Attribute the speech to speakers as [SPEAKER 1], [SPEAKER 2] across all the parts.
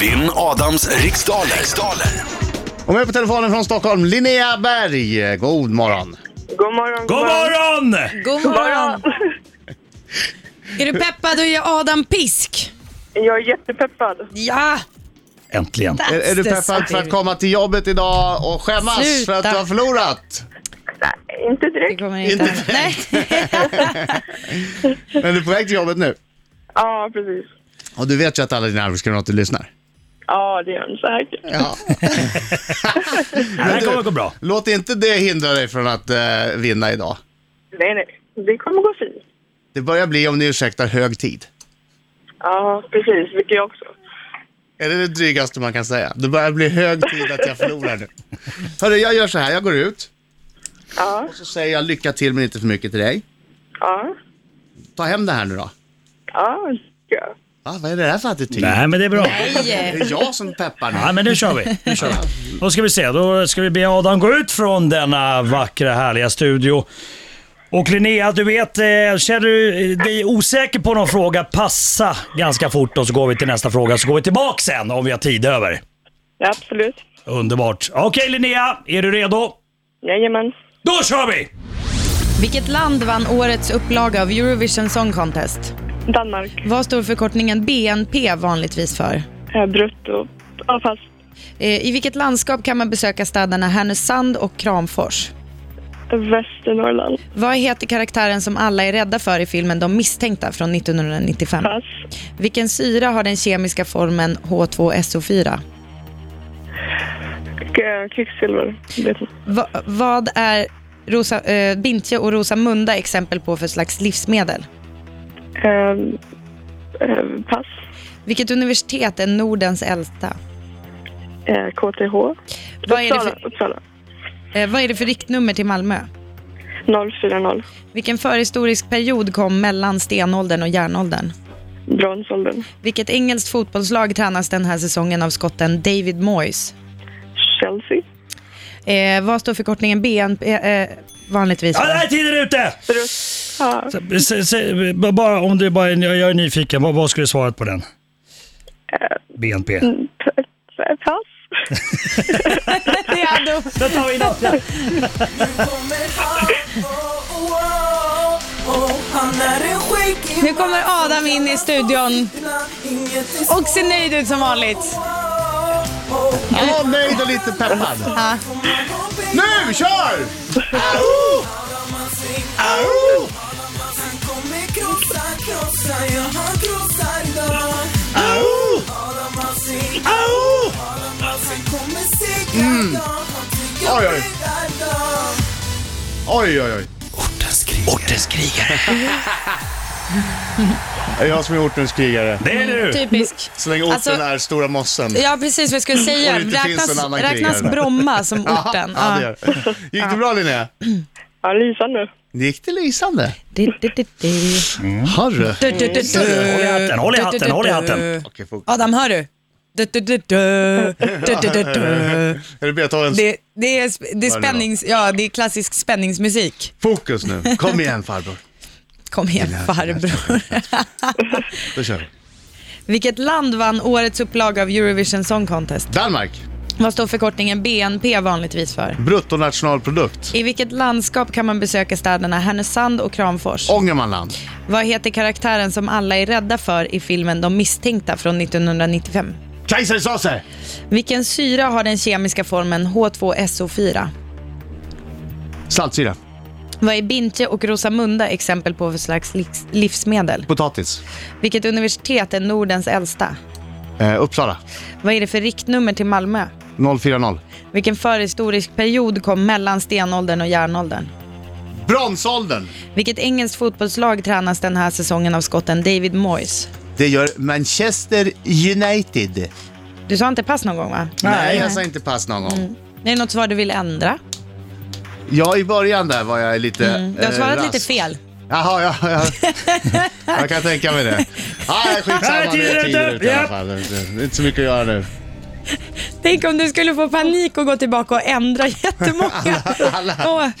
[SPEAKER 1] Vinn Adams riksdaler. riksdaler.
[SPEAKER 2] Och med på telefonen från Stockholm, Linnea Berg. God morgon.
[SPEAKER 3] God morgon.
[SPEAKER 4] God morgon!
[SPEAKER 5] God
[SPEAKER 3] God morgon.
[SPEAKER 5] morgon! Är du peppad att ge Adam pisk?
[SPEAKER 3] Jag är jättepeppad.
[SPEAKER 5] Ja!
[SPEAKER 4] Äntligen.
[SPEAKER 5] that's
[SPEAKER 2] Är, är du
[SPEAKER 5] the
[SPEAKER 2] peppad för
[SPEAKER 5] spirit.
[SPEAKER 2] att komma till jobbet idag och skämmas för
[SPEAKER 5] Sluta.
[SPEAKER 2] att du har förlorat?
[SPEAKER 3] Nej, inte
[SPEAKER 5] Det
[SPEAKER 3] direkt.
[SPEAKER 5] kommer inte.
[SPEAKER 2] Inte
[SPEAKER 5] Nej.
[SPEAKER 2] Men du är på väg till jobbet nu.
[SPEAKER 3] Ja, precis.
[SPEAKER 2] Och du vet ju att alla dina arbetskamrater lyssnar.
[SPEAKER 3] Ja, det gör den säkert.
[SPEAKER 2] Ja.
[SPEAKER 4] Det här kommer gå bra.
[SPEAKER 2] Låt inte det hindra dig från att eh, vinna idag.
[SPEAKER 3] Nej, nej. Det kommer gå fint.
[SPEAKER 2] Det börjar bli, om ni ursäktar, hög tid.
[SPEAKER 3] Ja, precis. Vilket jag också.
[SPEAKER 2] Är det det drygaste man kan säga? Det börjar bli hög tid att jag förlorar nu. Hörru, jag gör så här. Jag går ut.
[SPEAKER 3] Ja,
[SPEAKER 2] Så säger jag lycka till men inte för mycket till dig.
[SPEAKER 3] ja,
[SPEAKER 2] Ta hem det här nu då.
[SPEAKER 3] ja. ja.
[SPEAKER 2] Va, vad är det där för attityd?
[SPEAKER 4] Nej, men det är bra.
[SPEAKER 2] Det är jag som peppar nu.
[SPEAKER 4] Ja, men nu kör vi. Nu kör vi. Då ska vi se, då ska vi be Adam gå ut från denna vackra, härliga studio. Och Linnea, du vet, eh, känner du dig osäker på någon fråga, passa ganska fort och så går vi till nästa fråga, så går vi tillbaka sen om vi har tid över.
[SPEAKER 3] ja absolut.
[SPEAKER 4] Underbart. Okej Linnea, är du redo?
[SPEAKER 3] Jajamän.
[SPEAKER 4] Då kör vi!
[SPEAKER 5] Vilket land vann årets upplaga av Eurovision Song Contest?
[SPEAKER 3] Danmark.
[SPEAKER 5] Vad står förkortningen BNP vanligtvis för?
[SPEAKER 3] Eh, Brutto. Ja, fast
[SPEAKER 5] Eh, I vilket landskap kan man besöka städerna Härnösand och Kramfors?
[SPEAKER 3] Västernorrland.
[SPEAKER 5] Vad heter karaktären som alla är rädda för i filmen De misstänkta från 1995?
[SPEAKER 3] Pass.
[SPEAKER 5] Vilken syra har den kemiska formen H2SO4?
[SPEAKER 3] Och, eh, Kvicksilver. Vet inte.
[SPEAKER 5] Va, vad är rosa, eh, bintje och rosamunda exempel på för slags livsmedel?
[SPEAKER 3] Eh, eh, Pass.
[SPEAKER 5] Vilket universitet är Nordens äldsta?
[SPEAKER 3] Eh, KTH.
[SPEAKER 5] Vad är det
[SPEAKER 3] Uppsala.
[SPEAKER 5] för-
[SPEAKER 3] Uppsala.
[SPEAKER 5] Eh, vad är det för riktnummer till Malmö?
[SPEAKER 3] 040.
[SPEAKER 5] Vilken förhistorisk period kom mellan stenåldern och järnåldern?
[SPEAKER 3] Bronsåldern.
[SPEAKER 5] Vilket engelskt fotbollslag tränas den här säsongen av skotten David Moyes?
[SPEAKER 3] Chelsea.
[SPEAKER 5] Eh, vad står förkortningen BNP eh, vanligtvis
[SPEAKER 4] Ja,
[SPEAKER 5] för?
[SPEAKER 4] där är tiden ute!
[SPEAKER 3] Brutt. Ja.
[SPEAKER 4] S- s- Bara, om du bara, jag jag är nyfiken, vad, vad skulle du svarat på den? BNP.
[SPEAKER 3] P- p- Pass.
[SPEAKER 5] Det är Addo.
[SPEAKER 4] Då tar vi natten.
[SPEAKER 5] Nu kommer Adam in i studion och ser nöjd ut som vanligt.
[SPEAKER 2] Jag var nöjd och lite peppad. Nu, kör! Au! Au! Au! Au! Mm. Oj, oj. Oj, oj, oj.
[SPEAKER 1] Ortens krigare. Ortens krigare.
[SPEAKER 2] Det är jag som är ortens krigare.
[SPEAKER 4] Det är
[SPEAKER 5] Mm,
[SPEAKER 4] du.
[SPEAKER 5] typ. Typisk.
[SPEAKER 2] Så länge orten
[SPEAKER 5] Alltså-
[SPEAKER 2] är stora mossen.
[SPEAKER 5] Ja, precis vad jag skulle säga.
[SPEAKER 2] Mm. Och det inte finns en
[SPEAKER 5] Räknas,
[SPEAKER 2] annan
[SPEAKER 5] räknas
[SPEAKER 2] krigare.
[SPEAKER 5] Bromma som orten?
[SPEAKER 2] Ja, det gör det. Gick det bra Linnea?
[SPEAKER 3] Ja, lysande.
[SPEAKER 2] Gick det lysande?
[SPEAKER 5] Du, du, du, du.
[SPEAKER 2] Harre.
[SPEAKER 5] Du, du, du, du.
[SPEAKER 4] Håll i hatten, håll i
[SPEAKER 5] Du, du, du,
[SPEAKER 4] hatten, håll i
[SPEAKER 5] du.
[SPEAKER 4] hatten.
[SPEAKER 2] Okej, får-
[SPEAKER 5] Adam, hör du? Du, du, du, du. Du, du, du, du.
[SPEAKER 2] Är det Beethovens
[SPEAKER 5] Det, det, är, sp- det, är spännings, ja, det är klassisk spänningsmusik.
[SPEAKER 2] fokus nu? Kom igen farbror.
[SPEAKER 5] Kom igen farbror.
[SPEAKER 2] Då kör vi.
[SPEAKER 5] Vilket land vann årets upplaga av Eurovision Song Contest?
[SPEAKER 2] Danmark.
[SPEAKER 5] Vad står förkortningen BNP vanligtvis för?
[SPEAKER 2] Bruttonationalprodukt.
[SPEAKER 5] I vilket landskap kan man besöka städerna Härnösand och Kramfors?
[SPEAKER 2] Ångermanland.
[SPEAKER 5] Vad heter karaktären som alla är rädda för i filmen De misstänkta från 1995?
[SPEAKER 2] Kaisersåse.
[SPEAKER 5] Vilken syra har den kemiska formen H2SO4?
[SPEAKER 2] Saltsyra.
[SPEAKER 5] Vad är bintje och rosamunda exempel på för slags livs- livsmedel?
[SPEAKER 2] Potatis.
[SPEAKER 5] Vilket universitet är Nordens äldsta?
[SPEAKER 2] Eh, Uppsala.
[SPEAKER 5] Vad är det för riktnummer till Malmö?
[SPEAKER 2] 040.
[SPEAKER 5] Vilken förhistorisk period kom mellan stenåldern och järnåldern?
[SPEAKER 2] Bronsåldern.
[SPEAKER 5] Vilket engelskt fotbollslag tränas den här säsongen av skotten David Moyes?
[SPEAKER 2] Det gör Manchester United.
[SPEAKER 5] Du sa inte pass någon gång va?
[SPEAKER 2] Nej, jag sa inte pass någon gång.
[SPEAKER 5] Är det något svar du vill ändra?
[SPEAKER 2] Ja, i början där var jag lite
[SPEAKER 5] Du har
[SPEAKER 2] eh,
[SPEAKER 5] svarat
[SPEAKER 2] rask.
[SPEAKER 5] Mm. lite fel.
[SPEAKER 2] Jaha, ja, ja. jag kan tänka mig det. Ah,
[SPEAKER 4] Nej,
[SPEAKER 2] skitsamma, nu är
[SPEAKER 4] tiden
[SPEAKER 2] tiden
[SPEAKER 4] ute.
[SPEAKER 2] ute i alla
[SPEAKER 4] Japp.
[SPEAKER 2] fall. Det är inte så mycket att göra nu.
[SPEAKER 5] Tänk om du skulle få panik och gå tillbaka och ändra jättemånga.
[SPEAKER 2] alla.
[SPEAKER 5] Åh. Ja,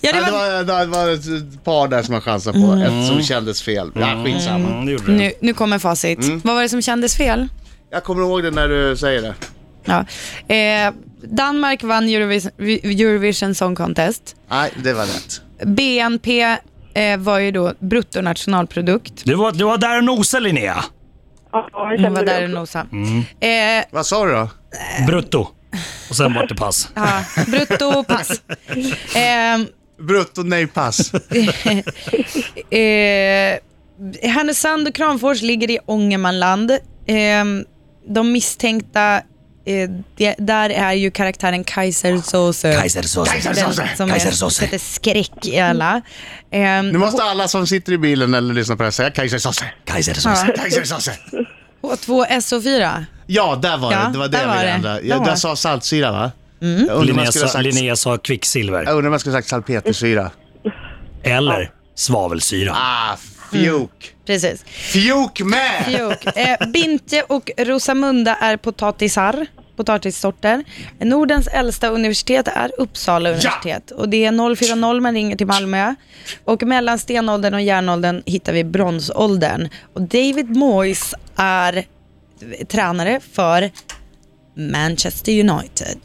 [SPEAKER 2] Ja,
[SPEAKER 5] det
[SPEAKER 2] det,
[SPEAKER 5] var...
[SPEAKER 2] var, det var ett par där som jag chansade på, ett som kändes fel. Ja, skitsamma.
[SPEAKER 4] Mm, det gjorde du.
[SPEAKER 5] nu, nu kommer facit. Vad var det som kändes fel?
[SPEAKER 2] Jag kommer ihåg det när du säger det.
[SPEAKER 5] Ja. Eh, Danmark vann Eurovision, Eurovision Song Contest.
[SPEAKER 2] Nej, det var rätt.
[SPEAKER 5] BNP eh, var ju då bruttonationalprodukt.
[SPEAKER 4] Du var, du var där och nosade Linnea.
[SPEAKER 3] Ja, jag
[SPEAKER 5] Hon var
[SPEAKER 3] kände
[SPEAKER 5] Mm, där
[SPEAKER 3] det.
[SPEAKER 5] och
[SPEAKER 3] också.
[SPEAKER 5] nosade. Eh,
[SPEAKER 2] Vad sa du då?
[SPEAKER 4] Brutto. Och sen vart det pass.
[SPEAKER 5] ja, brutto pass. Eh,
[SPEAKER 2] Brutto nej pass.
[SPEAKER 5] Eh, Härnösand och Kramfors ligger i Ångermanland. Eh, de misstänkta eh, det, där är ju karaktären Kaisersose. Den som är,
[SPEAKER 1] Kaisersåse.
[SPEAKER 5] sätter skräck i alla. Eh,
[SPEAKER 2] Nu måste alla som sitter i bilen eller lyssnar på det här säga kejsarsåse.
[SPEAKER 1] Kaisersåse.
[SPEAKER 2] Kejsarsåse.
[SPEAKER 5] H2SO4.
[SPEAKER 2] Ja, där var
[SPEAKER 5] Ja,
[SPEAKER 2] det. Det var det
[SPEAKER 5] där
[SPEAKER 2] jag
[SPEAKER 5] var
[SPEAKER 2] ville
[SPEAKER 5] det.
[SPEAKER 2] ändra.
[SPEAKER 5] Där
[SPEAKER 2] Jag,
[SPEAKER 5] var
[SPEAKER 2] jag
[SPEAKER 5] det.
[SPEAKER 2] sa saltsyra va? Mm. Jag undrar om
[SPEAKER 4] Linnea
[SPEAKER 2] jag skulle ha
[SPEAKER 4] sa,
[SPEAKER 2] sagt,
[SPEAKER 4] Linnea sa kvicksilver.
[SPEAKER 2] jag undrar om jag skulle ha sagt salpetersyra.
[SPEAKER 4] Eller svavelsyra.
[SPEAKER 2] Ah, fjuk.
[SPEAKER 5] Precis.
[SPEAKER 2] Fjuk med!
[SPEAKER 5] Fjok. Eh, Binte och Rosamunda är potatisar, potatissorter. Nordens äldsta universitet är Uppsala universitet. Och det är 040 man ringer till Malmö. Och mellan stenåldern och järnåldern hittar vi bronsåldern. Och David Moyes är tränare för Manchester United.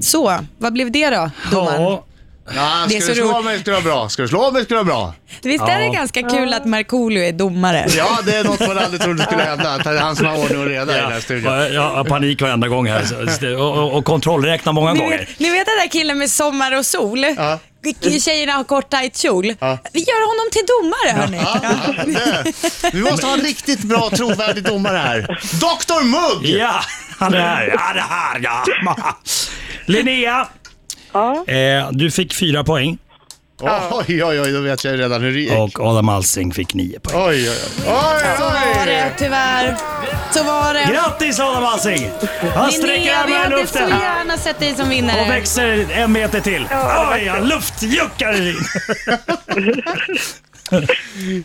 [SPEAKER 5] Så, vad blev det då, domaren?
[SPEAKER 4] Ja,
[SPEAKER 2] Ja,
[SPEAKER 5] Det är
[SPEAKER 2] ska du
[SPEAKER 5] så
[SPEAKER 2] slå
[SPEAKER 5] roligt.
[SPEAKER 2] mig ska det vara bra. Ska du slå mig ska det vara bra.
[SPEAKER 5] Visst är det
[SPEAKER 4] Ja.
[SPEAKER 5] ganska kul att Markoolio är domare?
[SPEAKER 2] Ja, det är något man aldrig trodde skulle hända. Att det är han som har ordning och reda i den här
[SPEAKER 4] ja,
[SPEAKER 2] studion.
[SPEAKER 4] jag jag har panik varenda gång här. Så- så- Och, och, och kontrollräkna många
[SPEAKER 5] Ni
[SPEAKER 4] gånger.
[SPEAKER 5] vet, ni vet den där killen med sommar och sol?
[SPEAKER 2] Ja.
[SPEAKER 5] Tjejerna har kort tajt kjol. Vi gör honom till domare hörni.
[SPEAKER 2] Ja, det. Vi måste ha en riktigt bra trovärdig domare här. Dr Mugg!
[SPEAKER 4] Ja, han är här. Ja, det här ja. Ma. Linnea,
[SPEAKER 3] Ja,
[SPEAKER 4] eh, du fick fyra poäng
[SPEAKER 2] Oj, oj, oj, då vet jag ju redan hur det gick.
[SPEAKER 4] och Adam Alsing fick nio poäng.
[SPEAKER 2] Oj, oj, oj. oj,
[SPEAKER 5] Så var
[SPEAKER 2] oj.
[SPEAKER 5] det tyvärr. Så var det.
[SPEAKER 4] Grattis Adam Alsing! Han sträcker
[SPEAKER 5] Linnea, vi
[SPEAKER 4] armarna i
[SPEAKER 5] hade så
[SPEAKER 4] luften
[SPEAKER 5] gärna sett dig som
[SPEAKER 4] och
[SPEAKER 5] vinnare.
[SPEAKER 4] växer en meter till. Oj, han luftjuckar i din.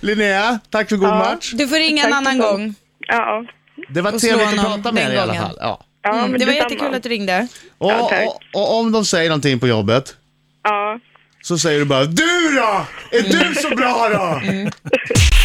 [SPEAKER 2] Linnea, tack för god match.
[SPEAKER 5] Du får ringa en
[SPEAKER 3] Tack
[SPEAKER 5] annan
[SPEAKER 3] detsamma.
[SPEAKER 5] gång.
[SPEAKER 3] ja.
[SPEAKER 2] Det var
[SPEAKER 5] Och slå
[SPEAKER 2] trevligt att
[SPEAKER 5] honom
[SPEAKER 2] prata med
[SPEAKER 5] den
[SPEAKER 2] dig i alla
[SPEAKER 5] gången.
[SPEAKER 2] fall. Ja.
[SPEAKER 3] ja men
[SPEAKER 5] Mm, Det var
[SPEAKER 3] detsamma.
[SPEAKER 5] jättekul att du ringde.
[SPEAKER 2] Och,
[SPEAKER 3] tack.
[SPEAKER 2] och, och om de säger någonting på jobbet
[SPEAKER 3] Ja.
[SPEAKER 2] så säger du bara Du då? Är du så bra då?